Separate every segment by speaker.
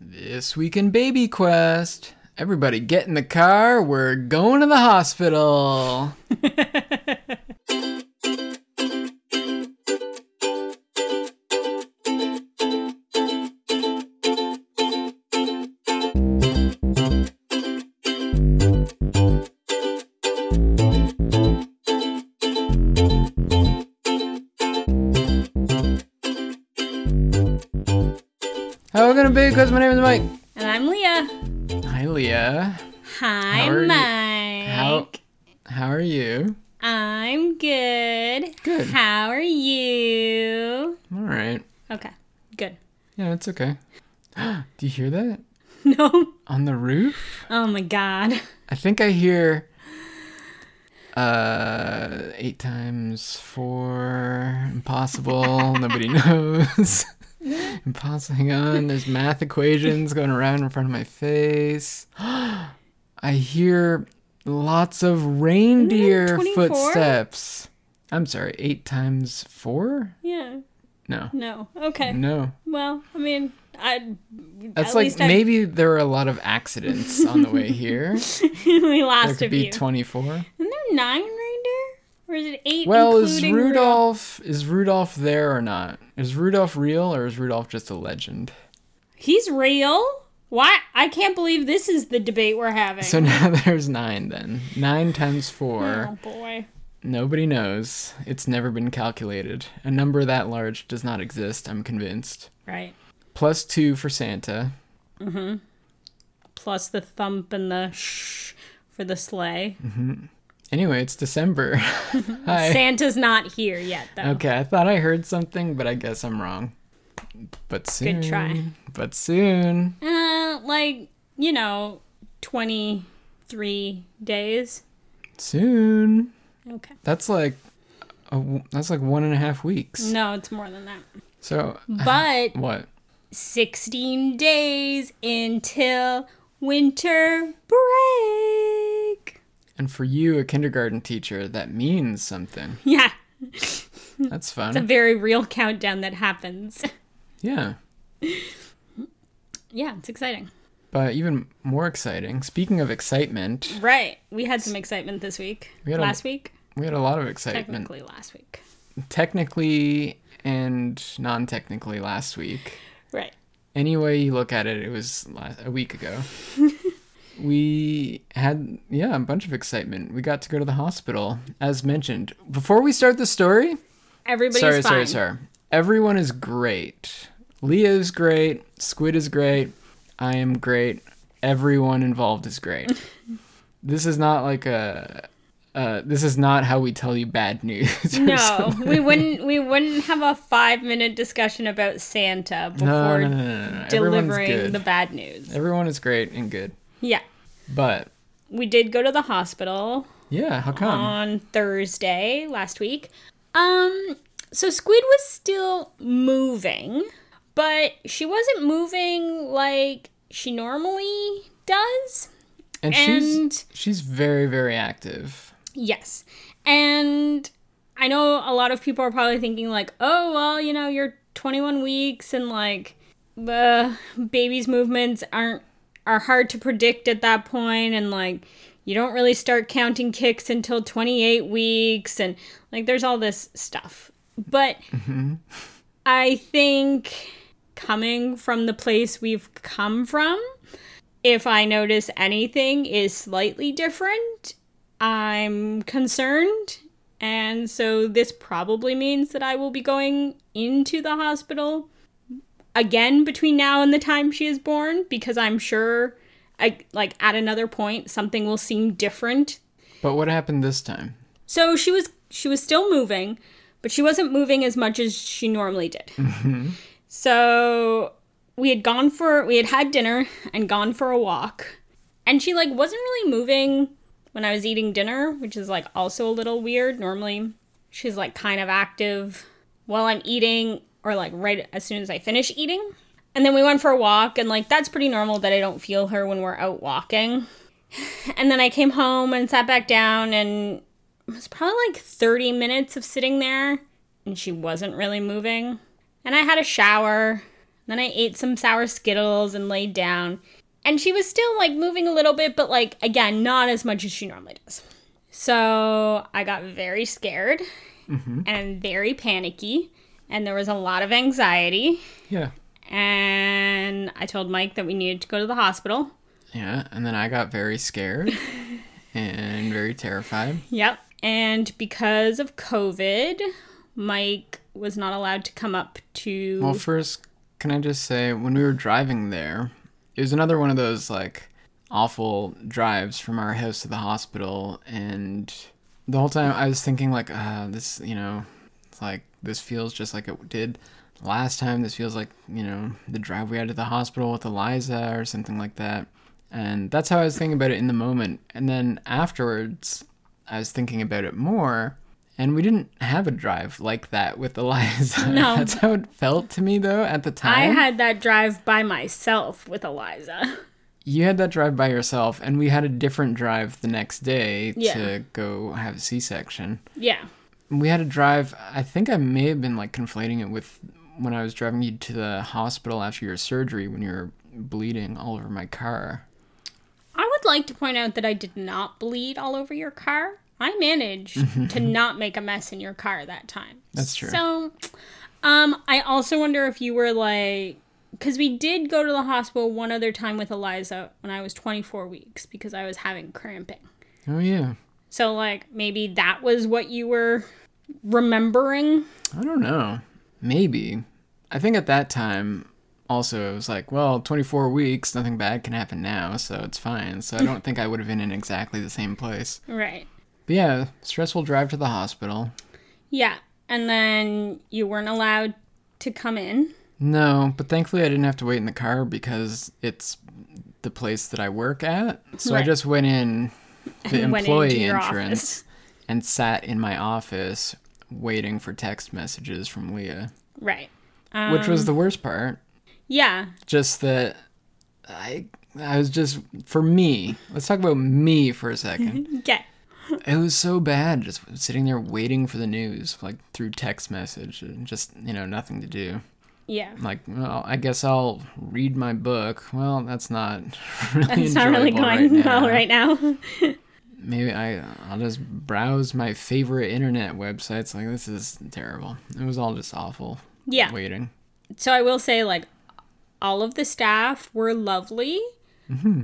Speaker 1: This week in Baby Quest. Everybody get in the car. We're going to the hospital. How gonna Baby Quest? My name is Mike.
Speaker 2: And I'm Leah.
Speaker 1: Hi, Leah.
Speaker 2: Hi,
Speaker 1: How are you?
Speaker 2: Mike.
Speaker 1: How how are you?
Speaker 2: I'm good.
Speaker 1: Good.
Speaker 2: How are you?
Speaker 1: All right.
Speaker 2: Okay, good.
Speaker 1: Yeah, it's okay. Do you hear that
Speaker 2: No.
Speaker 1: on the roof?
Speaker 2: Oh my god.
Speaker 1: I think I hear. Uh, eight times four. Impossible. Nobody knows. impossible. Hang on. There's math equations going around in front of my face. I hear lots of reindeer
Speaker 2: 24?
Speaker 1: footsteps. I'm sorry. Eight times four?
Speaker 2: Yeah.
Speaker 1: No.
Speaker 2: No. Okay.
Speaker 1: No.
Speaker 2: Well, I mean, I.
Speaker 1: That's
Speaker 2: at
Speaker 1: like
Speaker 2: least I-
Speaker 1: maybe there were a lot of accidents on the way here.
Speaker 2: we
Speaker 1: There
Speaker 2: lost a
Speaker 1: could be
Speaker 2: few.
Speaker 1: 24.
Speaker 2: Isn't there nine reindeer? Or is it eight?
Speaker 1: Well, is
Speaker 2: including Rudolph?
Speaker 1: Rudolph is Rudolph there or not? Is Rudolph real or is Rudolph just a legend?
Speaker 2: He's real. Why? I can't believe this is the debate we're having.
Speaker 1: So now there's nine then. Nine times four.
Speaker 2: oh boy.
Speaker 1: Nobody knows. It's never been calculated. A number that large does not exist, I'm convinced.
Speaker 2: Right.
Speaker 1: Plus two for Santa.
Speaker 2: Plus the thump and the shh for the sleigh.
Speaker 1: Anyway, it's December. Hi.
Speaker 2: Santa's not here yet, though.
Speaker 1: Okay, I thought I heard something, but I guess I'm wrong. But soon.
Speaker 2: Good try.
Speaker 1: But soon.
Speaker 2: Uh, like you know, twenty three days.
Speaker 1: Soon.
Speaker 2: Okay.
Speaker 1: That's like a w that's like one and a half weeks.
Speaker 2: No, it's more than that.
Speaker 1: So
Speaker 2: But
Speaker 1: what?
Speaker 2: sixteen days until winter break.
Speaker 1: And for you, a kindergarten teacher, that means something.
Speaker 2: Yeah,
Speaker 1: That's
Speaker 2: it's a
Speaker 1: fun.
Speaker 2: very real countdown that happens.
Speaker 1: Yeah.
Speaker 2: yeah, it's exciting.
Speaker 1: But even more exciting. Speaking of excitement,
Speaker 2: Right. We had some excitement this week.
Speaker 1: We had a-
Speaker 2: last week,
Speaker 1: we had a lot of excitement,
Speaker 2: technically last week.
Speaker 1: technically and non-technically last week.
Speaker 2: Right.
Speaker 1: Any way you look at it, it was la a week ago. we had yeah a bunch of excitement. We got to go to the hospital, as mentioned. Before we start the story,
Speaker 2: Everybody's
Speaker 1: sorry,
Speaker 2: fine.
Speaker 1: sorry, sorry. Everyone is great. Leah is great. Squid is great. I am great. Everyone involved is great. this is not like a. Uh, this is not how we tell you bad news. or
Speaker 2: No,
Speaker 1: something.
Speaker 2: we wouldn't. We wouldn't have a five-minute discussion about Santa before
Speaker 1: No, no, no, no, no. Everyone's
Speaker 2: delivering
Speaker 1: good.
Speaker 2: the bad news.
Speaker 1: Everyone is great and good.
Speaker 2: Yeah,
Speaker 1: But
Speaker 2: we did go to the hospital
Speaker 1: yeah, how come?
Speaker 2: on Thursday last week. Um, so Squid was still moving, but she wasn't moving like she normally does.
Speaker 1: and
Speaker 2: and-
Speaker 1: she's she's very very active.
Speaker 2: Yes. And I know a lot of people are probably thinking, like, oh, well, you know, you're 21 weeks and like uh, baby's movements aren't are hard to predict at that point and like you don't really start counting kicks until 28 weeks and like there's all this stuff but i think coming from the place we've come from if i notice anything is slightly different I'm concerned, and so this probably means that I will be going into the hospital again between now and the time she is born because I'm sure I, like at another point something will seem different.
Speaker 1: But what happened this time?
Speaker 2: So she was she was still moving, but she wasn't moving as much as she normally did. So we had gone for we had had dinner and gone for a walk. And she like wasn't really moving when I was eating dinner, which is like also a little weird. Normally she's like kind of active while I'm eating or like right as soon as I finish eating. And then we went for a walk and like that's pretty normal that I don't feel her when we're out walking. And then I came home and sat back down and it was probably like 30 minutes of sitting there and she wasn't really moving. And I had a shower Then I ate some sour Skittles and laid down. And she was still like moving a little bit, but like again, not as much as she normally does. So I got very scared and very panicky. And there was a lot of anxiety.
Speaker 1: Yeah.
Speaker 2: And I told Mike that we needed to go to the hospital.
Speaker 1: Yeah. And then I got very scared and very terrified.
Speaker 2: Yep. And because of COVID, Mike was not allowed to come up to.
Speaker 1: Well, first, can I just say, when we were driving there, it was another one of those like awful drives from our house to the hospital, and the whole time I was thinking like, uh, this, you know, it's like this feels just like it did last time. This feels like you know the drive we had to the hospital with Eliza or something like that, and that's how I was thinking about it in the moment. And then afterwards, I was thinking about it more. And we didn't have a drive like that with Eliza.
Speaker 2: No.
Speaker 1: That's how it felt to me though at the
Speaker 2: I
Speaker 1: time.
Speaker 2: had that drive by myself with Eliza.
Speaker 1: you had that drive by yourself and we had a different drive the next day
Speaker 2: Yeah.
Speaker 1: to go have a c-section
Speaker 2: yeah.
Speaker 1: we had a drive i think i may have been like conflating it with when i was driving you to the hospital after your surgery when you were bleeding all over my car
Speaker 2: I would like to point out that I did not bleed all over your car. I managed to not make a mess in your car that time.
Speaker 1: That's true.
Speaker 2: So, um, I also wonder if you were like, because we did go to the hospital one other time with Eliza when I was 24 weeks because I was having cramping.
Speaker 1: oh yeah
Speaker 2: So, like, maybe that was what you were remembering.
Speaker 1: i don't know maybe i think at that time also it was like well 24 weeks nothing bad can happen now so it's fine so i don't think i would have been in exactly the same place
Speaker 2: Right.
Speaker 1: but yeah stressful drive to the hospital
Speaker 2: Yeah. And then you weren't allowed to come in.
Speaker 1: No, but thankfully I didn't have to wait in the car because it's the place that I work at. So I
Speaker 2: Right.
Speaker 1: just went in the
Speaker 2: And went into
Speaker 1: employee
Speaker 2: your
Speaker 1: entrance
Speaker 2: office.
Speaker 1: and sat in my office waiting for text messages from Leah,
Speaker 2: Right.
Speaker 1: which
Speaker 2: Um.
Speaker 1: was the worst part.
Speaker 2: Yeah.
Speaker 1: Just that I I was just for me. Let's talk about me for a second.
Speaker 2: Okay.
Speaker 1: it was so bad just sitting there waiting for the news like through text message and just, you know, nothing to do.
Speaker 2: Yeah.
Speaker 1: like well i guess i'll read my book well that's not really
Speaker 2: It's not really
Speaker 1: enjoyable
Speaker 2: going
Speaker 1: right
Speaker 2: well
Speaker 1: now.
Speaker 2: right now.
Speaker 1: maybe i i'll just browse my favorite internet websites like this is terrible it was all just awful
Speaker 2: Yeah.
Speaker 1: waiting
Speaker 2: So I will say, like, all of the staff were lovely,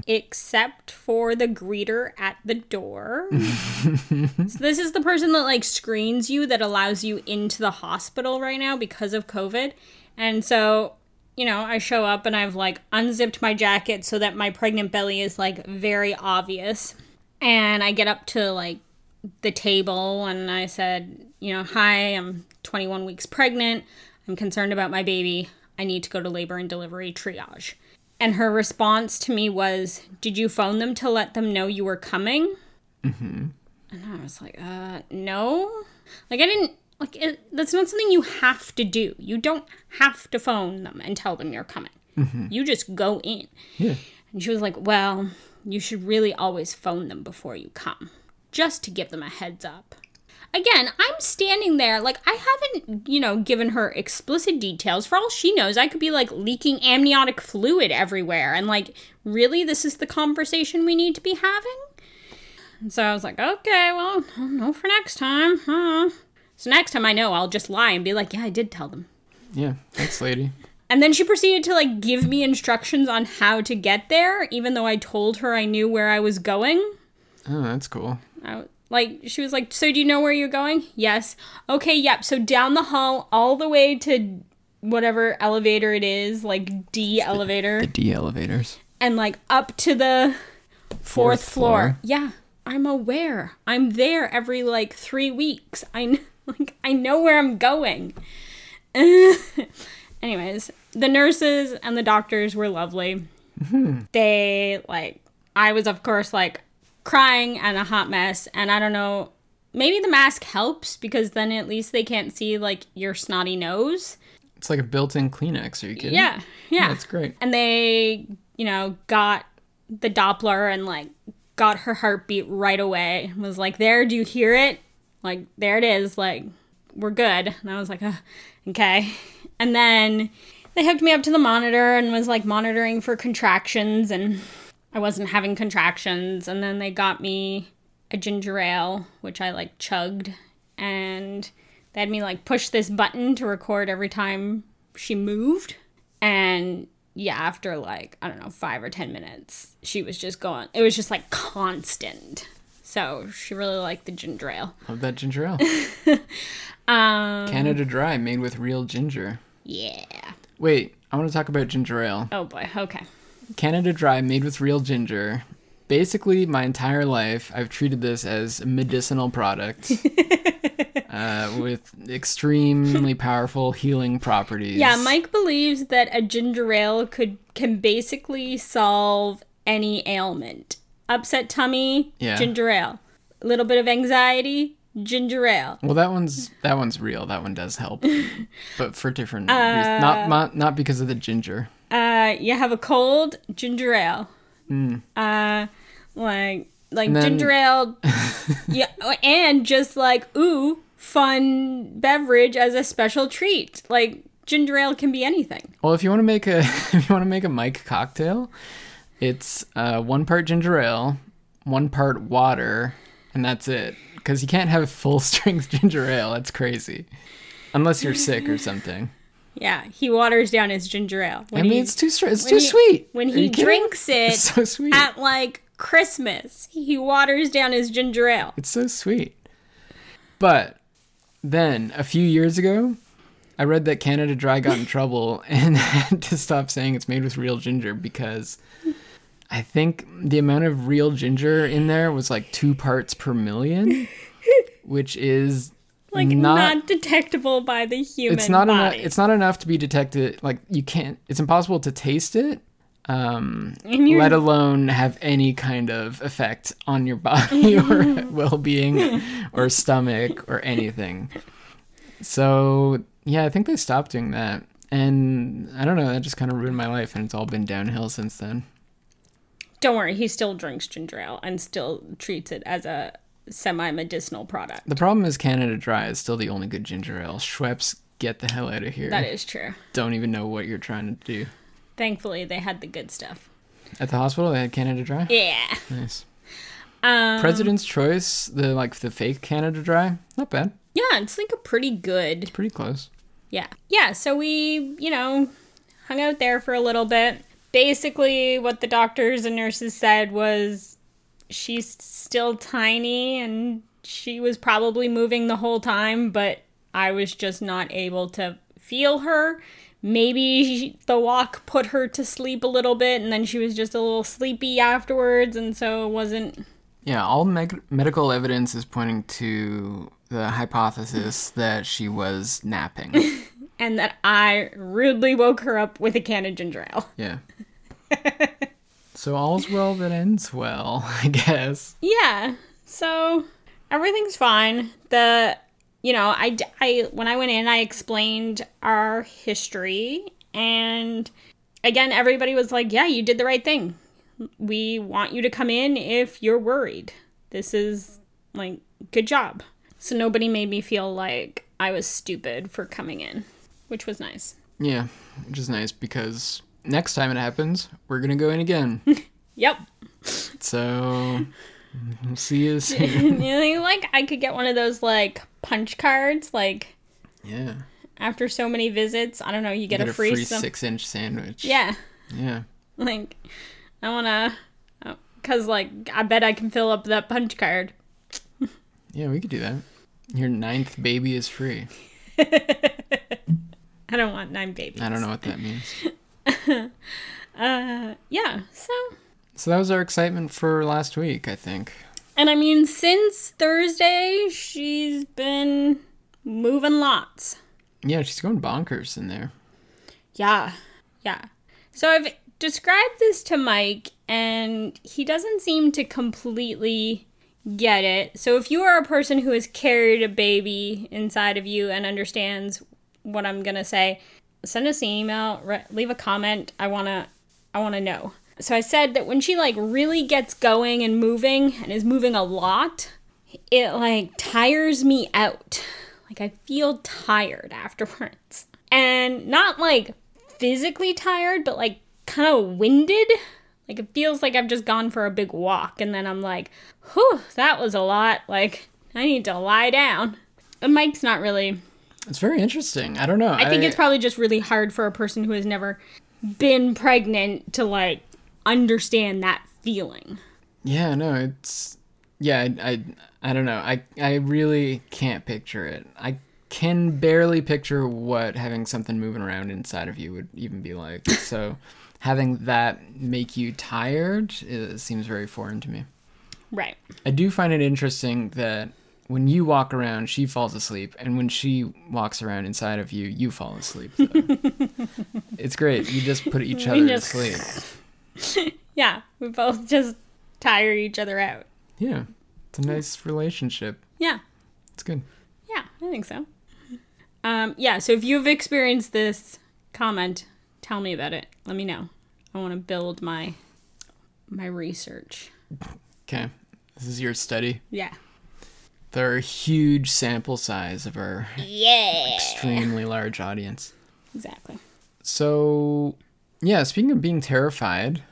Speaker 2: except for the greeter at the door. so this is the person that, like, screens you, that allows you into the hospital right now because of COVID. And so, you know, I show up and I've, like, unzipped my jacket so that my pregnant belly is, like, very obvious. And I get up to, like, the table and I said, you know, hi, I'm 21 weeks pregnant. I'm concerned about my baby. I need to go to labor and delivery triage. And her response to me was, Did you phone them to let them know you were coming? Mm-hmm. And I was like, Uh, no. Like, I didn't, like, it, that's not something you have to do. You don't have to phone them and tell them you're coming. You just go in.
Speaker 1: yeah
Speaker 2: And she was like, Well, you should really always phone them before you come, just to give them a heads up. Again, I'm standing there, like, I haven't, you know, given her explicit details. For all she knows, I could be, like, leaking amniotic fluid everywhere. And, like, really, this is the conversation we need to be having? And so I was like, okay, well, I'll know for next time, huh? So next time I know, I'll just lie and be like, yeah, I did tell them.
Speaker 1: yeah thanks lady
Speaker 2: And then she proceeded to like give me instructions on how to get there, even though I told her I knew where I was going.
Speaker 1: oh that's cool
Speaker 2: I, like she was like, "So do you know where you're going?" Yes. Okay. Yep. So down the hall, all the way to whatever elevator it is, like D elevator,
Speaker 1: the d elevators
Speaker 2: and like up to the fourth, floor. Yeah, I'm aware. I'm there every like three weeks. I kn- like I know where I'm going. Anyways, the nurses and the doctors were lovely. Mm-hmm. They like I was of course like crying and a hot mess, and I don't know. Maybe the mask helps because then at least they can't see like your snotty nose.
Speaker 1: it's like a built-in kleenex are you kidding
Speaker 2: Yeah, yeah.
Speaker 1: that's great
Speaker 2: And they, you know, got the Doppler and like got her heartbeat right away. And Was like, there, do you hear it? Like, there it is. Like, we're good. And I was like, "Ugh, okay. And then they hooked me up to the monitor and was like monitoring for contractions and I wasn't having contractions and then they got me a ginger ale which I like chugged and they had me like push this button to record every time she moved and yeah after like I don't know 5 or 10 minutes she was just going it was just like constant so she really liked the ginger ale
Speaker 1: Love that ginger ale.
Speaker 2: Um,
Speaker 1: Canada Dry made with real ginger.
Speaker 2: yeah
Speaker 1: Wait, I want to talk about ginger ale.
Speaker 2: oh boy okay
Speaker 1: Canada Dry made with real ginger. Basically, my entire life, I've treated this as a medicinal product uh, with extremely powerful healing properties.
Speaker 2: Yeah, Mike believes that a ginger ale could can basically solve any ailment. Upset tummy,
Speaker 1: Yeah.
Speaker 2: ginger ale. A little bit of anxiety, ginger ale.
Speaker 1: Well, that one's that one's real. That one does help, but for different reasons. Not, not not because of the ginger.
Speaker 2: Uh, you have a cold, ginger ale. Uh, like like
Speaker 1: Hmm. then-
Speaker 2: ginger ale. yeah, oh, and just like ooh, fun beverage as a special treat. Like ginger ale can be anything.
Speaker 1: Well, if you want to make a if you want to make a Mike cocktail, it's uh, one part ginger ale, one part water, and that's it. Because you can't have full strength ginger ale. That's crazy, unless you're sick or something.
Speaker 2: Yeah, he waters down his ginger ale. When
Speaker 1: I mean,
Speaker 2: he-
Speaker 1: it's too str- it's
Speaker 2: when
Speaker 1: too
Speaker 2: he-
Speaker 1: sweet.
Speaker 2: When
Speaker 1: Are
Speaker 2: he
Speaker 1: you kidding?
Speaker 2: drinks it
Speaker 1: it's so sweet.
Speaker 2: at like Christmas, he waters down his ginger ale.
Speaker 1: It's so sweet. But then a few years ago, I read that Canada Dry got in trouble and had to stop saying it's made with real ginger because I think the amount of real ginger in there was like two parts per million, which is
Speaker 2: Like not,
Speaker 1: not
Speaker 2: detectable by the human
Speaker 1: it's not enough
Speaker 2: body.
Speaker 1: it's not enough to be detected like you can't it's impossible to taste it um
Speaker 2: And you're-
Speaker 1: let alone have any kind of effect on your body or well-being or stomach or anything so yeah i think they stopped doing that and i don't know that just kind of ruined my life and it's all been downhill since then
Speaker 2: Don't worry, he still drinks ginger ale and still treats it as a semi medicinal product.
Speaker 1: the problem is canada dry is still the only good ginger ale schweppes get the hell out of here
Speaker 2: That is true.
Speaker 1: don't even know what you're trying to do
Speaker 2: Thankfully, they had the good stuff.
Speaker 1: at the hospital they had canada dry
Speaker 2: Yeah.
Speaker 1: nice
Speaker 2: Um,
Speaker 1: President's Choice, the like the fake Canada Dry, not bad.
Speaker 2: yeah, it's like a pretty good.
Speaker 1: Pretty close.
Speaker 2: Yeah. Yeah, so we, you know, hung out there for a little bit. Basically, what the doctors and nurses said was she's still tiny and she was probably moving the whole time, but I was just not able to feel her. Maybe she, the walk put her to sleep a little bit and then she was just a little sleepy afterwards and so it wasn't
Speaker 1: Yeah, all meg- medical evidence is pointing to the hypothesis that she was napping.
Speaker 2: and that I rudely woke her up with a can of ginger ale.
Speaker 1: Yeah. so all's well that ends well, I guess.
Speaker 2: Yeah. So everything's fine. The you know, I d- I- when I went in, I explained our history and again everybody was like, "Yeah, you did the right thing. We want you to come in if you're worried. This is like good job." So nobody made me feel like I was stupid for coming in, which was nice.
Speaker 1: Yeah, which is nice because next time it happens, we're gonna go in again.
Speaker 2: Yep.
Speaker 1: so we'll see you soon.
Speaker 2: you know, like I could get one of those like punch cards like
Speaker 1: Yeah.
Speaker 2: after so many visits, I don't know, you get,
Speaker 1: Get
Speaker 2: a free, some-
Speaker 1: six-inch sandwich.
Speaker 2: Yeah.
Speaker 1: Yeah.
Speaker 2: Like I want to cuz like I bet I can fill up that punch card.
Speaker 1: Yeah, we could do that. Your ninth baby is free.
Speaker 2: I don't want nine babies.
Speaker 1: I don't know what that means.
Speaker 2: Yeah. So
Speaker 1: So that was our excitement for last week, I think.
Speaker 2: and I mean since Thursday, she's been moving lots.
Speaker 1: Yeah, she's going bonkers in there.
Speaker 2: Yeah. Yeah. So I've described this to Mike and he doesn't seem to completely get it. So if you are a person who has carried a baby inside of you and understands what I'm going to say, send us an email, re- leave a comment. I want to I want to know. So I said that when she like really gets going and moving and is moving a lot, it like tires me out. Like I feel tired afterwards. And not like physically tired, but like kind of winded. Like it feels like I've just gone for a big walk and then I'm like, whew, that was a lot. Like I need to lie down. And Mike's not really.
Speaker 1: It's very interesting. I don't know.
Speaker 2: I think it's probably just really hard for a person who has never been pregnant to like understand that feeling.
Speaker 1: Yeah, no, it's yeah, I, I I don't know. I I really can't picture it. I can barely picture what having something moving around inside of you would even be like. So having that make you tired it seems very foreign to me.
Speaker 2: Right.
Speaker 1: I do find it interesting that when you walk around, she falls asleep, and when she walks around inside of you, you fall asleep. though. it's great. You just put each other
Speaker 2: just-
Speaker 1: to sleep.
Speaker 2: Yeah, we both just tire each other out.
Speaker 1: Yeah, it's a nice relationship.
Speaker 2: Yeah.
Speaker 1: It's good.
Speaker 2: Yeah, I think so. Um, yeah, so if you've experienced this, comment, tell me about it. Let me know. I want to build my my research.
Speaker 1: Okay, this is your study.
Speaker 2: Yeah.
Speaker 1: They're a huge sample size of our
Speaker 2: Yeah.
Speaker 1: extremely large audience.
Speaker 2: Exactly.
Speaker 1: So, yeah, speaking of being terrified,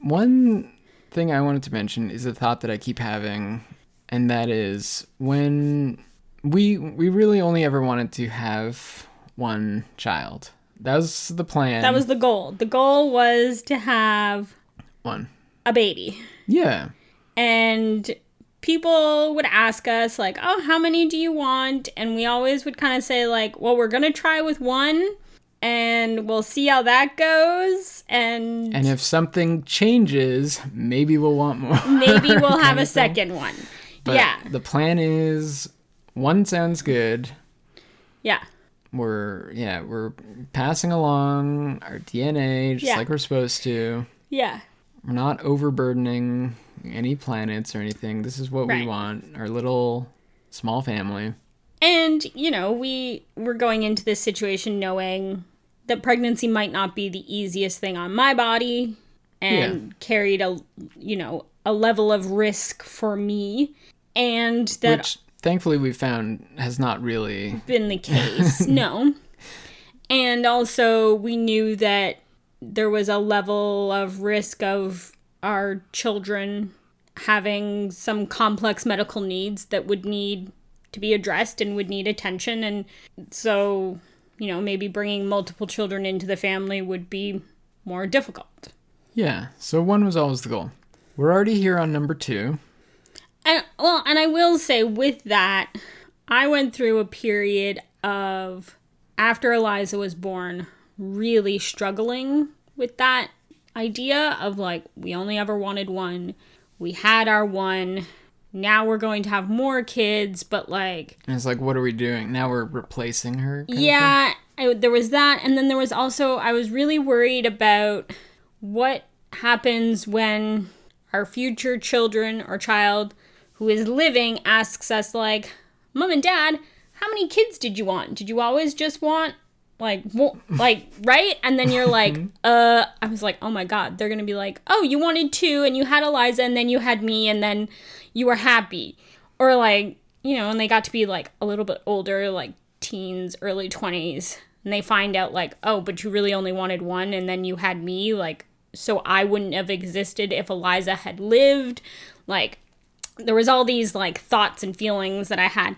Speaker 1: one thing I wanted to mention is a thought that I keep having, and that is when we we really only ever wanted to have one child. That was the plan.
Speaker 2: That was the goal. The goal was to have
Speaker 1: one.
Speaker 2: a baby.
Speaker 1: Yeah.
Speaker 2: And people would ask us like, "Oh, how many do you want?" And we always would kind of say like, "Well, we're going to try with one and we'll see how that goes." And
Speaker 1: And if something changes, maybe we'll want more.
Speaker 2: maybe we'll have a second one.
Speaker 1: But
Speaker 2: yeah.
Speaker 1: The plan is one sounds good.
Speaker 2: Yeah.
Speaker 1: We're yeah, we're passing along our DNA just
Speaker 2: Yeah.
Speaker 1: like we're supposed to.
Speaker 2: Yeah.
Speaker 1: We're not overburdening any planets or anything. This is what we
Speaker 2: Right.
Speaker 1: want. Our little small family.
Speaker 2: And, you know, we were going into this situation knowing that pregnancy might not be the easiest thing on my body and carried a, you know, a level of risk for me. And that
Speaker 1: Which thankfully we found has not really
Speaker 2: been the case. no. And also, we knew that there was a level of risk of our children having some complex medical needs that would need to be addressed and would need attention. And so, you know, maybe bringing multiple children into the family would be more difficult.
Speaker 1: Yeah. So one was always the goal. We're already here on number two.
Speaker 2: And well, and I will say with that, I went through a period of after Eliza was born, really struggling with that idea of like we only ever wanted one. We had our one. Now we're going to have more kids, but like
Speaker 1: And it's like, what are we doing? Now we're replacing her. kind of
Speaker 2: yeah, I, there was that, and then there was also I was really worried about what happens when our future children or child who is living asks us like, "Mom and Dad, how many kids did you want? Did you always just want like wo- like right?" And then you're like, "Uh," I was like, "Oh my God, they're gonna be like, oh, you wanted two, and you had Eliza, and then you had me, and then you were happy." or like you know and they got to be like a little bit older like teens early 20s and they find out like oh but you really only wanted one and then you had me like so i wouldn't have existed if eliza had lived like there was all these like thoughts and feelings that i had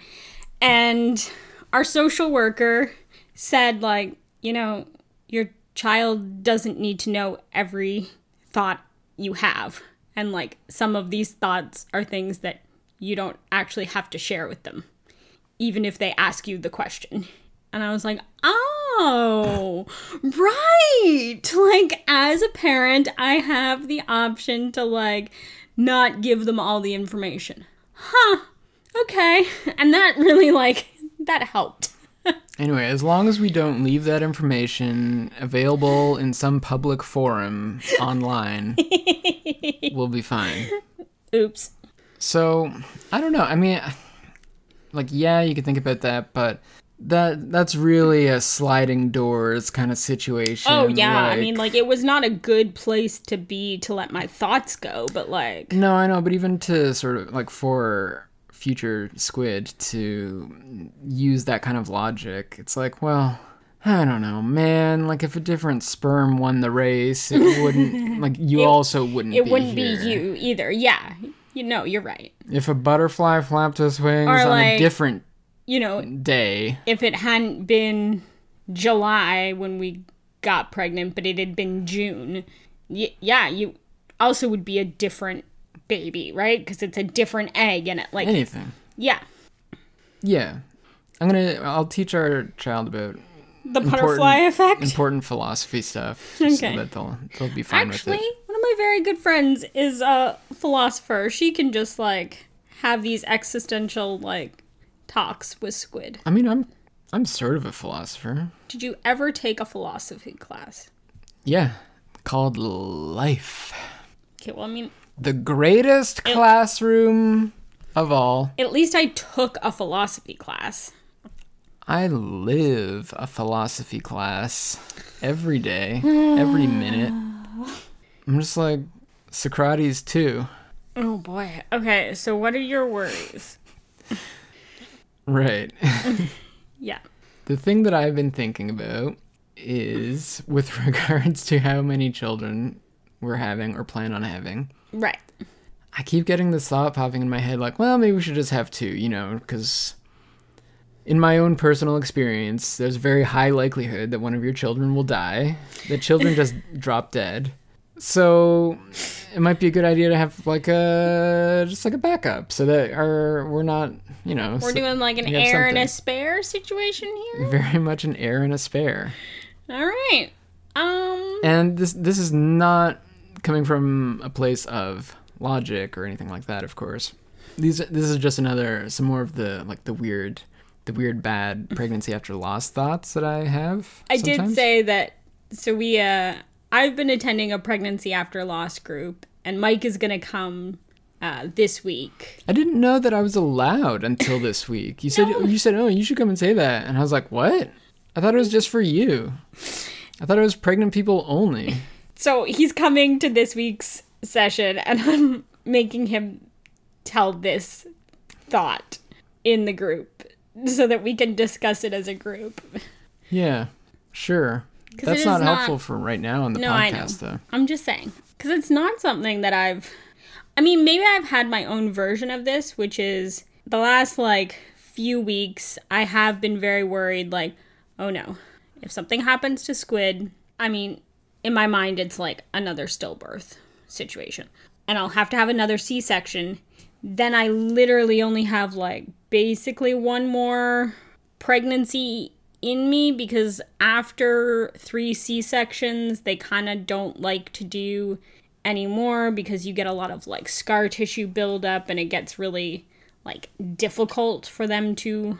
Speaker 2: and our social worker said like you know your child doesn't need to know every thought you have and like some of these thoughts are things that you don't actually have to share with them even if they ask you the question and i was like oh right like as a parent i have the option to like not give them all the information huh okay and that really like that helped
Speaker 1: Anyway, as long as we don't leave that information available in some public forum online, we'll be fine.
Speaker 2: oops
Speaker 1: So, I don't know. I mean, like yeah, you could think about that, but that that's really a sliding doors kind of situation.
Speaker 2: Oh yeah, I
Speaker 1: like-
Speaker 2: mean like it was not a good place to be to let my thoughts go, but like
Speaker 1: No, I know, but even to sort of like for future squid to use that kind of logic, it's like, well, I don't know, man. Like if a different sperm won the race, it wouldn't. Like you also wouldn't.
Speaker 2: It
Speaker 1: be
Speaker 2: wouldn't
Speaker 1: here.
Speaker 2: be you either. Yeah. You know, you're right.
Speaker 1: If a butterfly flapped its wings
Speaker 2: Or,
Speaker 1: on a
Speaker 2: like-
Speaker 1: different
Speaker 2: You
Speaker 1: Mm.
Speaker 2: know,
Speaker 1: day,
Speaker 2: if it hadn't been July when we got pregnant, but it had been June, y- yeah, you also would be a different baby, right? Because it's a different egg and it, like,
Speaker 1: anything.
Speaker 2: yeah.
Speaker 1: Yeah, I'm gonna. I'll teach our child about
Speaker 2: The butterfly effect.
Speaker 1: important philosophy stuff, okay. so
Speaker 2: Okay.
Speaker 1: that they'll they'll be fine
Speaker 2: Actually,
Speaker 1: with it.
Speaker 2: one of my very good friends is a philosopher. She can just like have these existential like talks with squid.
Speaker 1: I mean, I'm I'm sort of a philosopher.
Speaker 2: Did you ever take a philosophy class?
Speaker 1: Yeah, called life,
Speaker 2: Okay, well, I mean,
Speaker 1: the greatest classroom of all.
Speaker 2: at least I took a philosophy class.
Speaker 1: I live a philosophy class every day, every minute. I'm just like Socrates too.
Speaker 2: Oh boy. Okay, so what are your worries?
Speaker 1: Right.
Speaker 2: Yeah.
Speaker 1: the thing that I've been thinking about is with regards to how many children we're having or plan on having.
Speaker 2: Right.
Speaker 1: I keep getting this thought popping in my head like, well, maybe we should just have two, you know, because in my own personal experience, there's a very high likelihood that one of your children will die, that children just drop dead. So it might be a good idea to have like a just like a backup so that our we're not, you know,
Speaker 2: We're
Speaker 1: so-
Speaker 2: doing like an
Speaker 1: you have
Speaker 2: heir and a
Speaker 1: something.
Speaker 2: spare situation here.
Speaker 1: very much an heir and a spare.
Speaker 2: All right. Um
Speaker 1: And this this is not coming from a place of logic or anything like that, of course. These this is just another some more of the like the weird the weird bad pregnancy after loss thoughts that I have.
Speaker 2: I
Speaker 1: sometimes.
Speaker 2: did say that. So we, uh, I've been attending a pregnancy after loss group, and Mike is gonna come uh, this week.
Speaker 1: I didn't know that I was allowed until this week. You said you said, "Oh, you should come and say that." And I was like, "What?" I thought it was just for you. I thought it was pregnant people only.
Speaker 2: So he's coming to this week's session, and I'm making him tell this thought in the group so that we can discuss it as a group.
Speaker 1: Yeah. Sure. That's
Speaker 2: is
Speaker 1: not,
Speaker 2: not-
Speaker 1: helpful for right now on the
Speaker 2: No, I know.
Speaker 1: podcast though.
Speaker 2: I'm just saying. Because it's not something that I've. I mean, maybe I've had my own version of this, which is the last, like, few weeks, I have been very worried, like, oh no, if something happens to Squid, I mean, in my mind, it's like another stillbirth situation. And I'll have to have another C section. Then I literally only have, like, basically one more pregnancy in me because after three C sections, they kind of don't like to do anymore because you get a lot of like scar tissue buildup and it gets really like difficult for them to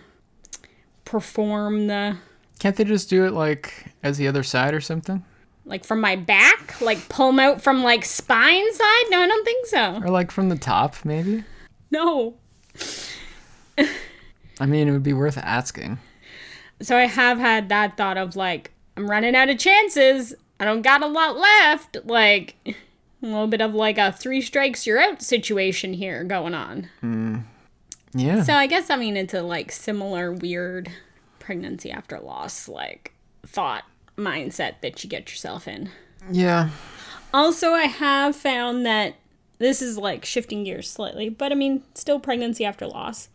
Speaker 2: perform the
Speaker 1: Can't they just do it like as the other side or something?
Speaker 2: like from my back, like pull 'em out from like spine side. No, I don't think so.
Speaker 1: Or like from the top, maybe?
Speaker 2: No,
Speaker 1: I mean, it would be worth asking.
Speaker 2: So I have had that thought of like, I'm running out of chances. I don't got a lot left. Like, a little bit of like a three strikes you're out situation here going on.
Speaker 1: Yeah.
Speaker 2: So I guess I mean it's a like similar weird pregnancy after loss like thought mindset that you get yourself in.
Speaker 1: yeah.
Speaker 2: Also, I have found that this is like shifting gears slightly, but I mean, still pregnancy after loss.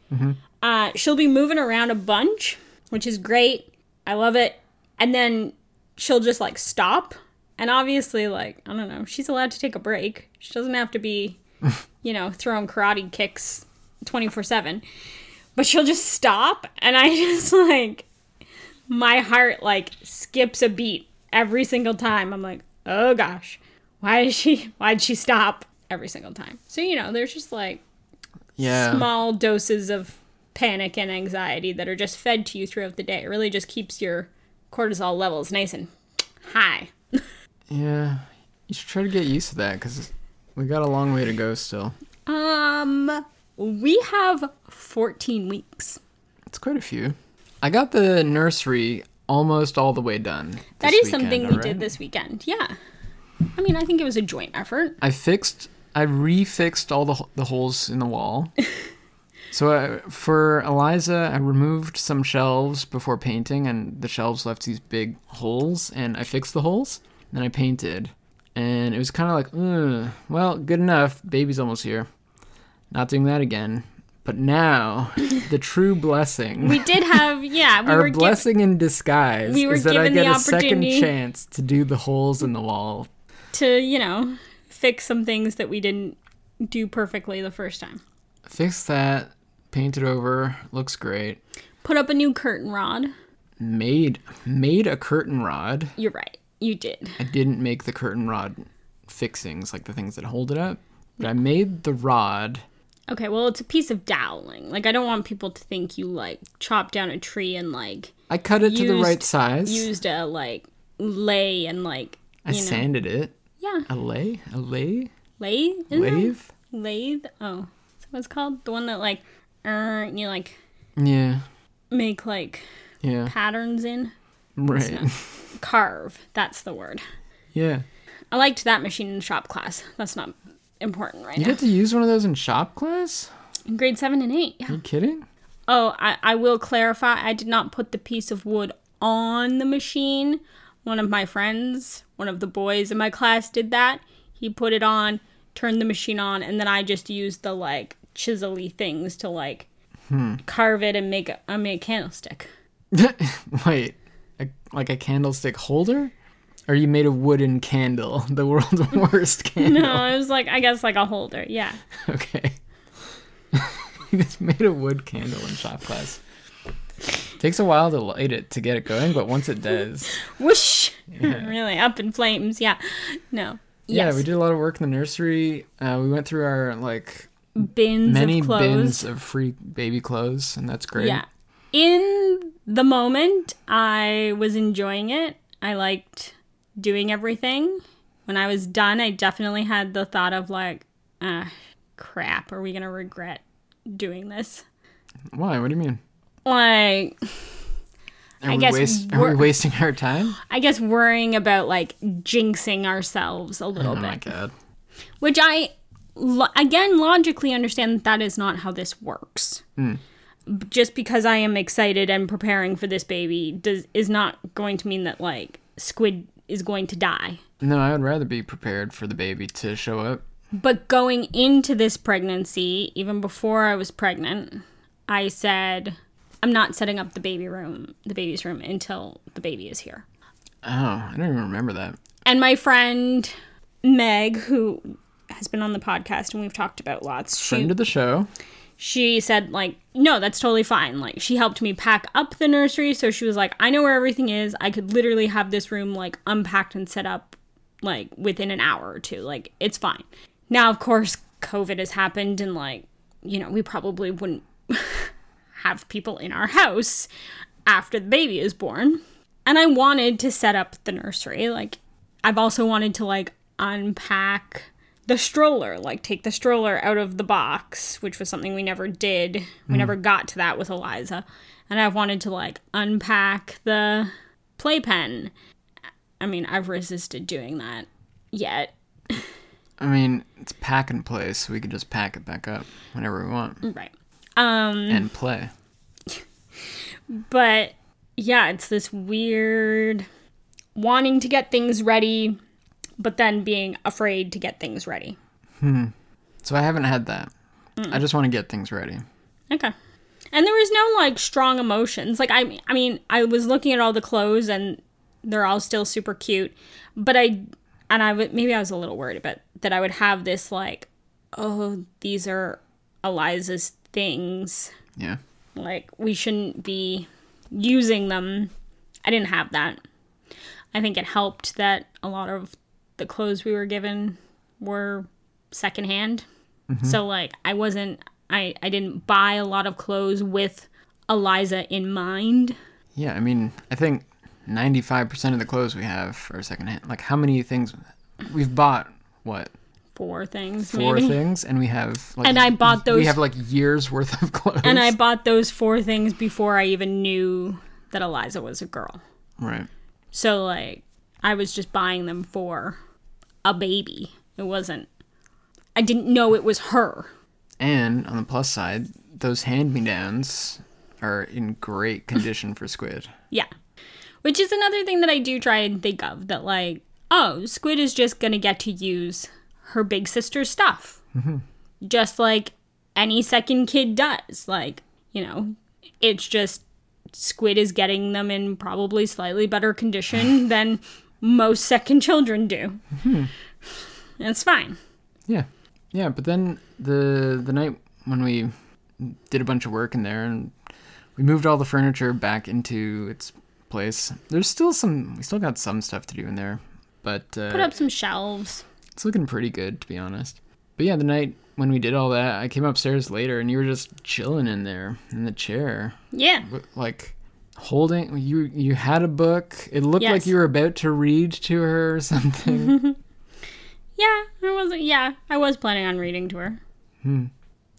Speaker 2: Uh, she'll be moving around a bunch, which is great. I love it. And then she'll just like stop. And obviously, like, I don't know, she's allowed to take a break. She doesn't have to be, you know, throwing karate kicks 24 7. But she'll just stop. And I just like, my heart like skips a beat every single time. I'm like, oh gosh, why is she? Why'd she stop every single time? So you know, there's just like
Speaker 1: Yeah.
Speaker 2: small doses of panic and anxiety that are just fed to you throughout the day. It really just keeps your cortisol levels nice and high.
Speaker 1: yeah. You should try to get used to that because we got a long way to go still.
Speaker 2: Um, we have 14 weeks.
Speaker 1: It's quite a few. I got the nursery almost all the way done.
Speaker 2: That
Speaker 1: this
Speaker 2: is something
Speaker 1: weekend,
Speaker 2: we did
Speaker 1: alright?
Speaker 2: this weekend. Yeah. I mean, I think it was a joint effort.
Speaker 1: I fixed, I refixed all the, ho- the holes in the wall. So uh, for Eliza, I removed some shelves before painting, and the shelves left these big holes, and I fixed the holes, and I painted, and it was kind of like, "Ugh, well, good enough. Baby's almost here. Not doing that again. But now, the true blessing,
Speaker 2: We did have, yeah, we were
Speaker 1: our
Speaker 2: giv-
Speaker 1: blessing in disguise,
Speaker 2: we were
Speaker 1: is that I
Speaker 2: given the
Speaker 1: get a second
Speaker 2: opportunity-
Speaker 1: chance to do the holes in the wall.
Speaker 2: to, you know, fix some things that we didn't do perfectly the first time.
Speaker 1: Fix that. Painted over. Looks great.
Speaker 2: Put up a new curtain rod.
Speaker 1: Made made a curtain rod.
Speaker 2: You're right. You did.
Speaker 1: I didn't make the curtain rod fixings, like the things that hold it up, but I made the rod.
Speaker 2: Okay, well, it's a piece of doweling. Like, I don't want people to think you, like, chopped down a tree and, like,
Speaker 1: I cut it to the right
Speaker 2: Used-
Speaker 1: size.
Speaker 2: used a, like, lay and, like,
Speaker 1: I sanded it.
Speaker 2: yeah,
Speaker 1: A lay? A lay?
Speaker 2: lay? Isn't that-
Speaker 1: Lathe?
Speaker 2: Lathe? Oh, is that what it's called? The one that, like, er, you, like,
Speaker 1: Yeah.
Speaker 2: make, like,
Speaker 1: Yeah.
Speaker 2: patterns in?
Speaker 1: Right.
Speaker 2: Carve. That's the word.
Speaker 1: yeah.
Speaker 2: I liked that machine in shop class. That's not important right
Speaker 1: You
Speaker 2: now.
Speaker 1: get to use one of those in shop class?
Speaker 2: In grade seven and eight, yeah.
Speaker 1: Are you kidding?
Speaker 2: Oh, I, I will clarify. I did not put the piece of wood on the machine. One of my friends, one of the boys in my class, did that. He put it on, turned the machine on, and then I just used the like chisely things to like
Speaker 1: Hmm.
Speaker 2: carve it and make a, I made a candlestick.
Speaker 1: Wait. A, like a candlestick holder? Or you made a wooden candle? The world's worst candle.
Speaker 2: No, it was like I guess like a holder. Yeah,
Speaker 1: Okay. you just made a wood candle in shop class. Takes a while to light it to get it going, but once it does,
Speaker 2: whoosh, really up in flames. Yeah, no.
Speaker 1: yeah,
Speaker 2: Yes.
Speaker 1: we did a lot of work in the nursery. Uh, we went through our like
Speaker 2: bins
Speaker 1: many
Speaker 2: of clothes.
Speaker 1: bins of free baby clothes, and that's great.
Speaker 2: Yeah. In the moment, I was enjoying it. I liked doing everything. When I was done, I definitely had the thought of like, ah, crap, are we going to regret doing this?
Speaker 1: Why? What do you mean?
Speaker 2: Like,
Speaker 1: Are
Speaker 2: I
Speaker 1: we
Speaker 2: guess
Speaker 1: waste- are we
Speaker 2: we're-
Speaker 1: wasting our time?
Speaker 2: I guess worrying about like jinxing ourselves a little
Speaker 1: Oh my
Speaker 2: bit,
Speaker 1: god.
Speaker 2: which I lo- again logically understand that that is not how this works. Just because I am excited and preparing for this baby does is not going to mean that like Squid is going to die.
Speaker 1: No, I would rather be prepared for the baby to show up.
Speaker 2: But going into this pregnancy, even before I was pregnant, I said, I'm not setting up the baby room, the baby's room, until the baby is here.
Speaker 1: Oh, I don't even remember that.
Speaker 2: And my friend Meg, who has been on the podcast and we've talked about lots, she,
Speaker 1: Friend of the show.
Speaker 2: she said, like, no, that's totally fine. Like, she helped me pack up the nursery. So she was like, I know where everything is. I could literally have this room, like, unpacked and set up, like, within an hour or two. Like, it's fine. Now, of course, COVID has happened, and, like, you know, we probably wouldn't have people in our house after the baby is born. And I wanted to set up the nursery. Like, I've also wanted to, like, unpack the stroller, like, take the stroller out of the box, which was something we never did. We never got to that with Eliza. And I've wanted to, like, unpack the playpen. I mean, I've resisted doing that yet.
Speaker 1: I mean, it's pack and play, so we could just pack it back up whenever we want
Speaker 2: Right. Um,
Speaker 1: and play.
Speaker 2: But yeah, it's this weird wanting to get things ready, but then being afraid to get things ready.
Speaker 1: So I haven't had that. I just want to get things ready.
Speaker 2: Okay. And there was no like strong emotions. Like I I mean, I was looking at all the clothes and they're all still super cute, but I and I would maybe I was a little worried about that I would have this like oh, these are Eliza's things.
Speaker 1: Yeah.
Speaker 2: like we shouldn't be using them. I didn't have that. I think it helped that a lot of the clothes we were given were secondhand.
Speaker 1: Mm-hmm.
Speaker 2: So like I wasn't I I didn't buy a lot of clothes with Eliza in mind.
Speaker 1: Yeah, I mean, I think 95% of the clothes we have are secondhand. Like, how many things? We've bought, what,
Speaker 2: Four things
Speaker 1: four
Speaker 2: maybe.
Speaker 1: things? And we have, like,
Speaker 2: And I bought
Speaker 1: We
Speaker 2: those-
Speaker 1: have, like, years worth of clothes.
Speaker 2: And I bought those four things before I even knew that Eliza was a girl.
Speaker 1: Right.
Speaker 2: So like I was just buying them for a baby. It wasn't I didn't know it was her.
Speaker 1: And on the plus side, those hand me downs are in great condition for squid.
Speaker 2: Yeah. Which is another thing that I do try and think of that, like, oh, Squid is just going to get to use her big sister's stuff. Just like any second kid does. Like, you know, it's just Squid is getting them in probably slightly better condition than most second children do. And it's fine.
Speaker 1: Yeah, yeah. But then the the night when we did a bunch of work in there and we moved all the furniture back into its place. There's still some. We still got some stuff to do in there, but uh,
Speaker 2: Put up some shelves.
Speaker 1: it's looking pretty good to be honest. But yeah, the night when we did all that, I came upstairs later and you were just chilling in there in the chair,
Speaker 2: Yeah.
Speaker 1: w- like holding you you had a book it looked like
Speaker 2: Yes.
Speaker 1: you were about to read to her or something
Speaker 2: Yeah, I wasn't. Yeah, I was planning on reading to her.
Speaker 1: Hmm.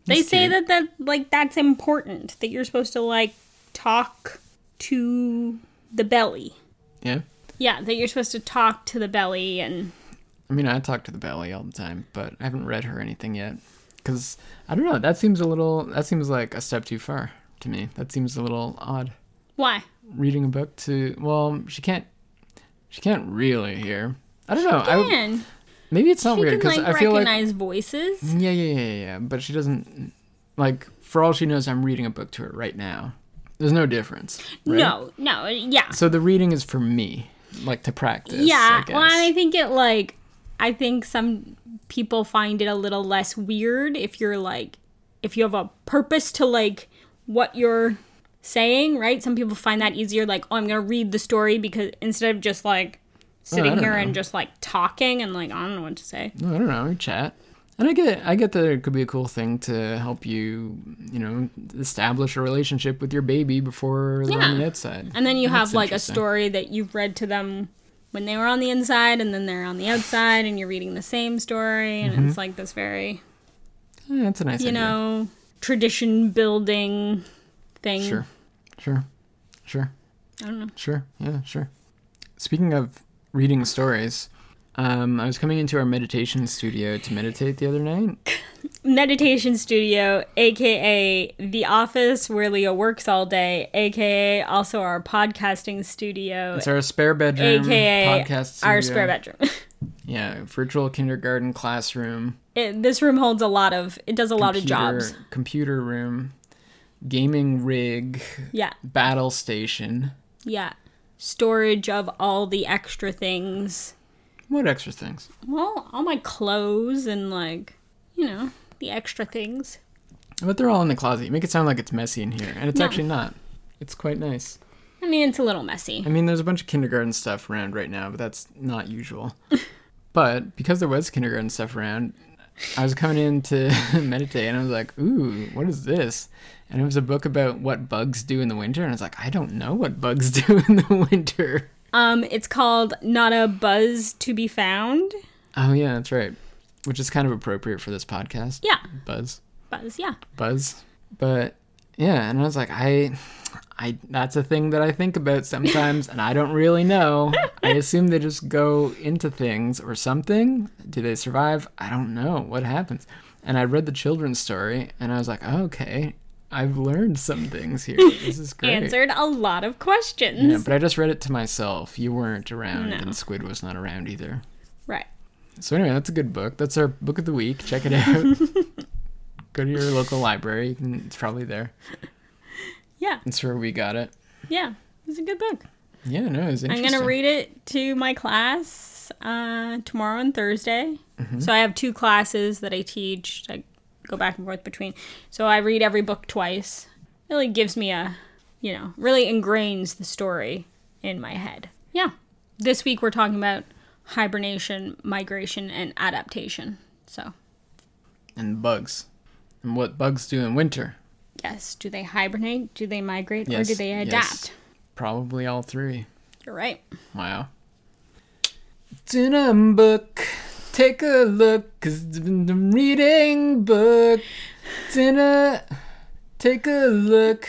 Speaker 2: They say that that like that's important that you're supposed to like talk to the belly.
Speaker 1: yeah
Speaker 2: Yeah, that you're supposed to talk to the belly and
Speaker 1: I mean, I talk to the belly all the time, but I haven't read her anything yet. Because, I don't know, that seems a little, that seems like a step too far to me. That seems a little odd.
Speaker 2: why?
Speaker 1: Reading a book to, well, she can't, she can't really hear. I don't know. I would-
Speaker 2: Man,
Speaker 1: maybe it's not
Speaker 2: she
Speaker 1: Oh, weird
Speaker 2: can
Speaker 1: because
Speaker 2: like
Speaker 1: I feel like,
Speaker 2: recognize voices.
Speaker 1: yeah, yeah, yeah, yeah, yeah. But she doesn't, like, for all she knows, I'm reading a book to her right now. There's no difference. Hmm, right?
Speaker 2: No, no, yeah,
Speaker 1: So the reading is for me, like to practice.
Speaker 2: yeah.
Speaker 1: I guess.
Speaker 2: well, and I think it like I think some people find it a little less weird if you're like if you have a purpose to like what you're saying, right? Some people find that easier. Like, oh, I'm gonna read the story because instead of just like sitting
Speaker 1: Oh, don't
Speaker 2: here
Speaker 1: know.
Speaker 2: and just like talking and like I don't know what to say.
Speaker 1: I don't know, chat. And I get I get that it could be a cool thing to help you, you know, establish a relationship with your baby before they're on the
Speaker 2: Yeah.
Speaker 1: outside.
Speaker 2: And then you
Speaker 1: That's
Speaker 2: have like a
Speaker 1: interesting.
Speaker 2: story that you've read to them when they were on the inside and then they're on the outside and you're reading the same story and
Speaker 1: Mm-hmm.
Speaker 2: it's like this very
Speaker 1: Yeah, that's a nice
Speaker 2: you
Speaker 1: idea.
Speaker 2: know tradition building thing
Speaker 1: Sure. Sure. Sure.
Speaker 2: I don't know.
Speaker 1: Sure. Yeah, sure. Speaking of reading stories, um, I was coming into our meditation studio to meditate the other night.
Speaker 2: meditation studio aka the office where leo works all day aka also our podcasting studio
Speaker 1: It's our spare bedroom
Speaker 2: aka
Speaker 1: podcast studio.
Speaker 2: our spare bedroom
Speaker 1: Yeah, virtual kindergarten classroom.
Speaker 2: it, this room holds a lot of it does a lot of jobs
Speaker 1: computer- Computer room, gaming rig,
Speaker 2: yeah
Speaker 1: battle station.
Speaker 2: yeah storage of all the extra things
Speaker 1: What extra things?
Speaker 2: well all my clothes and like you know the extra things
Speaker 1: But they're all in the closet. You make it sound like it's messy in here, and it's
Speaker 2: No.
Speaker 1: actually not. It's quite nice.
Speaker 2: i mean it's a little messy
Speaker 1: I mean, there's a bunch of kindergarten stuff around right now, but that's not usual. but because there was kindergarten stuff around, I was coming in to meditate, and I was like, "Ooh, what is this?" And it was a book about what bugs do in the winter, and I was like, "I don't know what bugs do in the winter."
Speaker 2: um it's called not a buzz to be found
Speaker 1: Oh yeah, that's right. Which is kind of appropriate for this podcast.
Speaker 2: yeah
Speaker 1: Buzz.
Speaker 2: buzz yeah
Speaker 1: buzz but yeah and i was like i i that's a thing that i think about sometimes and i don't really know i assume they just go into things or something do they survive i don't know what happens and i read the children's story and i was like oh, okay i've learned some things here this is great
Speaker 2: answered a lot of questions
Speaker 1: yeah, but i just read it to myself you weren't around and squid was not around either
Speaker 2: Right.
Speaker 1: so anyway that's a good book that's our book of the week check it out go to your local library You can- it's probably there
Speaker 2: Yeah.
Speaker 1: That's where we got it.
Speaker 2: Yeah. It's a good book.
Speaker 1: Yeah, no, it's
Speaker 2: I'm
Speaker 1: interesting.
Speaker 2: going to read it to my class uh, tomorrow and Thursday.
Speaker 1: Mm-hmm.
Speaker 2: So I have two classes that I teach. I go back and forth between. So I read every book twice. Really gives me a, you know, really ingrains the story in my head. Yeah. This week we're talking about hibernation, migration, and adaptation. So,
Speaker 1: And bugs. And what bugs do in winter.
Speaker 2: yes, do they hibernate? Do they migrate?
Speaker 1: Yes,
Speaker 2: or do they
Speaker 1: yes.
Speaker 2: adapt?
Speaker 1: Probably all three.
Speaker 2: You're right.
Speaker 1: Wow. Denim book. Take a look, cause I've been reading book. Dinner. Take a look.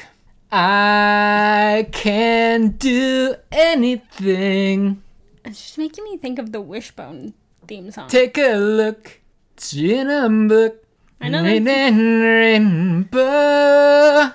Speaker 1: I can do anything.
Speaker 2: It's just making me think of the Wishbone theme song.
Speaker 1: Take a look. Denim book.
Speaker 2: I know
Speaker 1: Rain
Speaker 2: that's-
Speaker 1: and rainbow.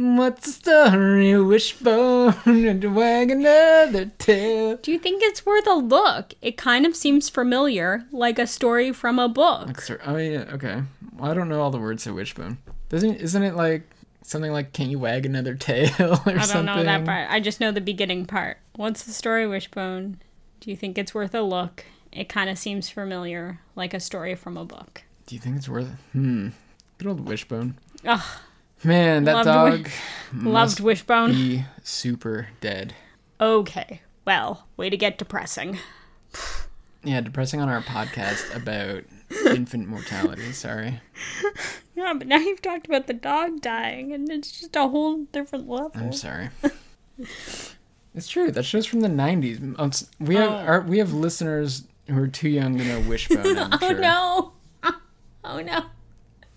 Speaker 1: What's the story? Wishbone and wag another tail.
Speaker 2: Do you think it's worth a look? It kind of seems familiar, like a story from a book.
Speaker 1: Sir- Oh yeah, okay. Well, I don't know all the words to wishbone. Doesn't isn't it like something like can you wag another tail or something?
Speaker 2: I don't know that part. I just know the beginning part. What's the story, Wishbone? Do you think it's worth a look? It kind of seems familiar, like a story from a book.
Speaker 1: Do you think it's worth? Hmm. Good old wishbone.
Speaker 2: Ugh,
Speaker 1: Man, that dog
Speaker 2: Loved loved Wishbone.
Speaker 1: be super dead.
Speaker 2: Okay, well, way to get depressing.
Speaker 1: Yeah, depressing on our podcast about infant mortality. Sorry.
Speaker 2: Yeah, but now you've talked about the dog dying, and it's just a whole different level.
Speaker 1: I'm sorry. it's true. That show's from the '90s. Um, s- We have
Speaker 2: Oh.
Speaker 1: our, we have listeners who are too young to know Wishbone. I'm
Speaker 2: oh
Speaker 1: sure.
Speaker 2: no! Oh no!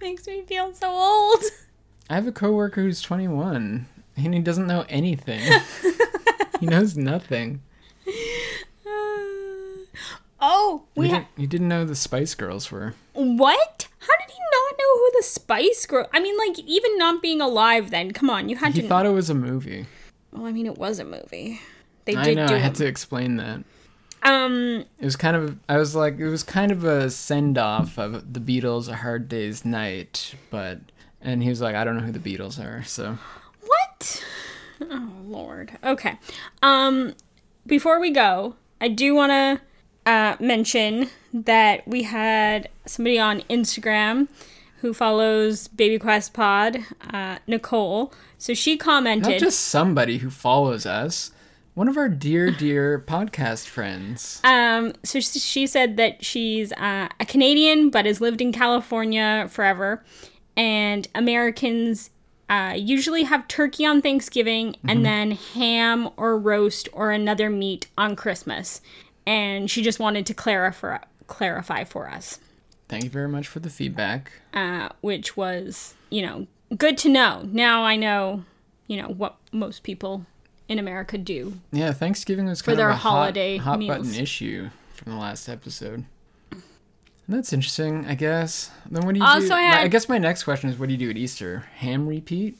Speaker 2: Makes me feel so old.
Speaker 1: I have a coworker who's 21 and he doesn't know anything. he knows nothing.
Speaker 2: oh, we
Speaker 1: He,
Speaker 2: ha-
Speaker 1: didn't, he didn't know the Spice Girls were.
Speaker 2: what? How did he not know who the Spice Girl? I mean, like even not being alive. Then come on, you had
Speaker 1: He
Speaker 2: to.
Speaker 1: thought it was a movie.
Speaker 2: well, I mean, it was a movie. They
Speaker 1: I
Speaker 2: did
Speaker 1: know.
Speaker 2: do
Speaker 1: I had
Speaker 2: it.
Speaker 1: to explain that.
Speaker 2: Um,
Speaker 1: It was kind of. I was like, it was kind of a send off of the Beatles, "A Hard Day's Night," but and he was like, I don't know who the Beatles are. So
Speaker 2: What? Oh lord. Okay. Um before we go, I do want to uh mention that we had somebody on Instagram who follows Baby Quest Pod, uh Nicole. So she
Speaker 1: not
Speaker 2: commented
Speaker 1: just somebody who follows us, one of our dear, dear podcast friends.
Speaker 2: um so she- she said that she's uh, a Canadian but has lived in California forever and Americans uh, usually have turkey on Thanksgiving and then ham or roast or another meat on Christmas. And she just wanted to clarify clarify for us,
Speaker 1: Thank you very much for the feedback.
Speaker 2: uh, which was you know good to know. Now I know you know what most people in America do.
Speaker 1: Yeah, Thanksgiving was kind
Speaker 2: their
Speaker 1: of a
Speaker 2: holiday
Speaker 1: hot, hot
Speaker 2: meals.
Speaker 1: button issue from the last episode. And that's interesting, I guess. Then what do you
Speaker 2: Also
Speaker 1: do?
Speaker 2: I had-
Speaker 1: I guess my next question is, what do you do at Easter? Ham repeat?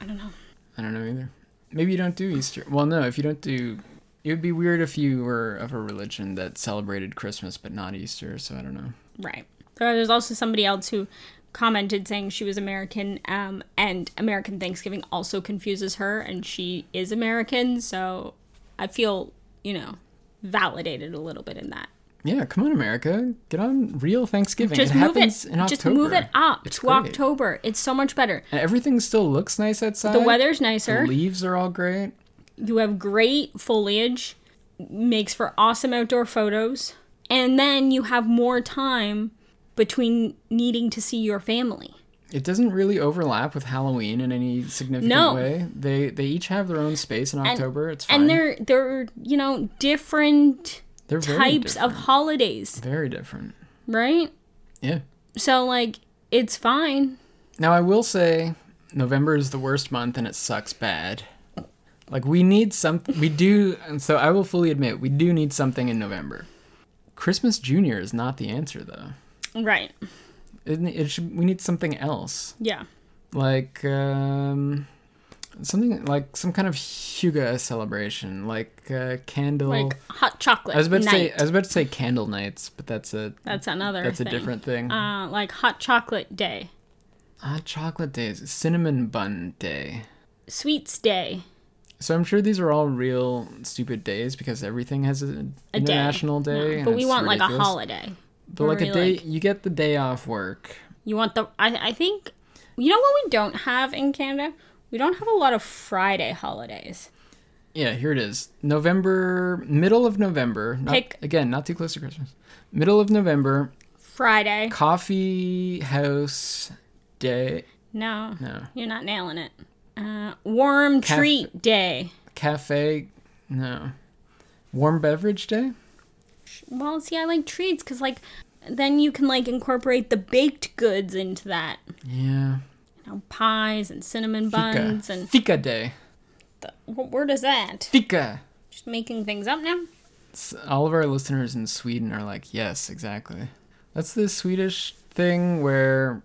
Speaker 1: I don't know. I don't know either. Maybe you don't do Easter. Well, no, if you don't do, it would be weird if you were of a religion that celebrated Christmas but not Easter. So I don't know.
Speaker 2: Right. There- There's also somebody else who commented saying she was American, um, and American Thanksgiving also confuses her, and she is American, so I feel, you know, validated a little bit in that.
Speaker 1: Yeah, come on, America, get on real Thanksgiving.
Speaker 2: Just
Speaker 1: it
Speaker 2: move it.
Speaker 1: happens in October.
Speaker 2: Just move it up
Speaker 1: It's
Speaker 2: to
Speaker 1: great.
Speaker 2: October. It's so much better.
Speaker 1: And everything still looks nice outside.
Speaker 2: The weather's
Speaker 1: The
Speaker 2: nicer.
Speaker 1: leaves are all great.
Speaker 2: You have great foliage, makes for awesome outdoor photos, and then you have more time between needing to see your family.
Speaker 1: It doesn't really overlap with Halloween in any significant
Speaker 2: No.
Speaker 1: way. They they each have their own space in October. it's fine.
Speaker 2: And they're they're, you know, different
Speaker 1: They're very
Speaker 2: types
Speaker 1: different.
Speaker 2: of holidays,
Speaker 1: very different.
Speaker 2: right?
Speaker 1: Yeah.
Speaker 2: So like it's fine.
Speaker 1: Now I will say November is the worst month and it sucks bad. Like we need some we do and so I will fully admit we do need something in November. Christmas Junior is not the answer though.
Speaker 2: Right.
Speaker 1: It, it should, we need something else.
Speaker 2: Yeah.
Speaker 1: Like um something like some kind of Huga celebration, like uh, candle
Speaker 2: Like hot chocolate
Speaker 1: I was about to
Speaker 2: night.
Speaker 1: say I was about to say candle nights, but that's a
Speaker 2: that's another
Speaker 1: that's a
Speaker 2: thing.
Speaker 1: different thing.
Speaker 2: uh like hot chocolate day,
Speaker 1: Hot chocolate days, cinnamon bun day.
Speaker 2: sweets day.
Speaker 1: So I'm sure these are all real stupid days because everything has an
Speaker 2: A day.
Speaker 1: international day. and
Speaker 2: But we
Speaker 1: it's
Speaker 2: want like a
Speaker 1: ridiculous.
Speaker 2: holiday.
Speaker 1: But like
Speaker 2: where
Speaker 1: a
Speaker 2: we,
Speaker 1: day,
Speaker 2: like-
Speaker 1: you get the day off work.
Speaker 2: You want the I I think you know what we don't have in Canada? We don't have a lot of Friday holidays.
Speaker 1: Yeah, here it is. November, middle of November. Not,
Speaker 2: Pick-
Speaker 1: Again, not too close to Christmas. Middle of November,
Speaker 2: Friday.
Speaker 1: coffee house day.
Speaker 2: No.
Speaker 1: No,
Speaker 2: You're not nailing it. Uh, warm
Speaker 1: Caf-
Speaker 2: treat day.
Speaker 1: cafe. No, warm beverage day.
Speaker 2: Well, see, I like treats because, like, then you can like incorporate the baked goods into that.
Speaker 1: Yeah.
Speaker 2: You know, pies and cinnamon buns and
Speaker 1: Fika Day.
Speaker 2: the, what word is that?
Speaker 1: Fika.
Speaker 2: Just making things up now.
Speaker 1: S- All of our listeners in Sweden are like, yes, exactly. That's the Swedish thing where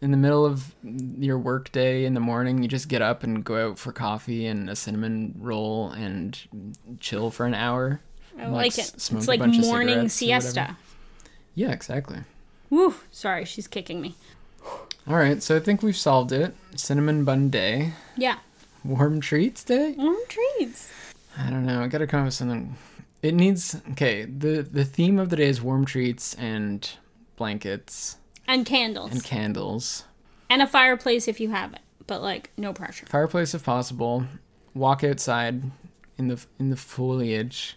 Speaker 1: in the middle of your work day in the morning, you just get up and go out for coffee and a cinnamon roll and chill for an hour.
Speaker 2: I
Speaker 1: and,
Speaker 2: like
Speaker 1: s-
Speaker 2: it.
Speaker 1: smoke
Speaker 2: It's
Speaker 1: a
Speaker 2: like
Speaker 1: bunch of
Speaker 2: morning
Speaker 1: cigarettes or whatever.
Speaker 2: siesta.
Speaker 1: Yeah, exactly.
Speaker 2: Woo! Sorry, she's kicking me.
Speaker 1: All right, so I think we've solved it. Cinnamon bun day,
Speaker 2: Yeah.
Speaker 1: warm treats day.
Speaker 2: Warm treats.
Speaker 1: I don't know. I gotta come up with something. It needs okay. the The theme of the day is warm treats and blankets
Speaker 2: And candles.
Speaker 1: and candles.
Speaker 2: and a fireplace if you have it. But like no pressure.
Speaker 1: Fireplace if possible. Walk outside in the in the foliage.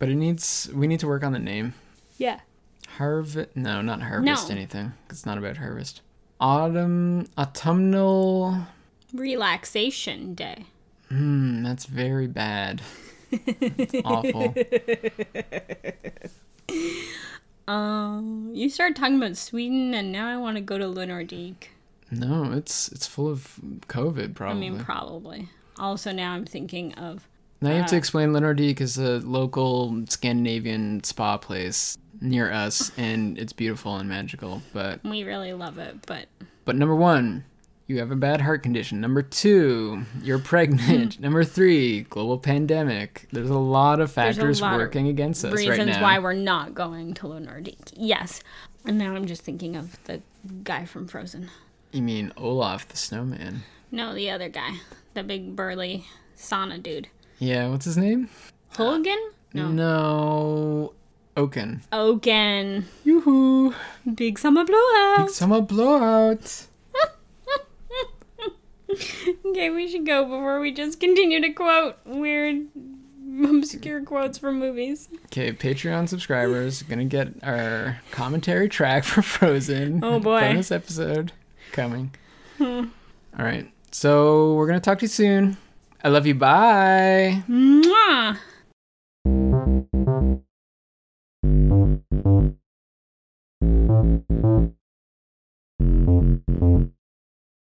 Speaker 1: But it needs. We need to work on the name.
Speaker 2: Yeah.
Speaker 1: Harvest? No, not harvest
Speaker 2: No.
Speaker 1: anything. 'cause It's not about harvest. Autumn autumnal.
Speaker 2: Relaxation day.
Speaker 1: Hmm, that's very bad. That's awful.
Speaker 2: Um, you started talking about Sweden, and now I want to go to Lunardik.
Speaker 1: No, it's it's full of COVID
Speaker 2: I
Speaker 1: probably.
Speaker 2: mean, probably. Also, now I'm thinking of
Speaker 1: now you have
Speaker 2: Ah.
Speaker 1: to explain Leonardique is a local Scandinavian spa place near us and it's beautiful and magical, but
Speaker 2: we really love it, but
Speaker 1: But number one, you have a bad heart condition. Number two, you're
Speaker 2: Hmm.
Speaker 1: pregnant. number three, global pandemic. There's a lot of
Speaker 2: a
Speaker 1: factors
Speaker 2: lot of
Speaker 1: working against us
Speaker 2: reasons
Speaker 1: right now.
Speaker 2: why we're not going to Lunardik. Yes. And now I'm just thinking of the guy from Frozen.
Speaker 1: you mean Olaf the snowman?
Speaker 2: No, the other guy, the big burly sauna dude.
Speaker 1: Yeah, what's his name?
Speaker 2: Hogan? No.
Speaker 1: Mm. No, Oaken.
Speaker 2: Ogen.
Speaker 1: Yoo-hoo!
Speaker 2: Big summer blowout.
Speaker 1: Summer blowout.
Speaker 2: Okay, we should go before we just continue to quote weird, obscure quotes from movies.
Speaker 1: Okay, Patreon subscribers gonna get our commentary track for Frozen.
Speaker 2: Oh, boy. Hmm.
Speaker 1: Bonus episode coming. All right, so we're gonna talk to you soon. I love you. Bye.
Speaker 2: 嗯 Mwah!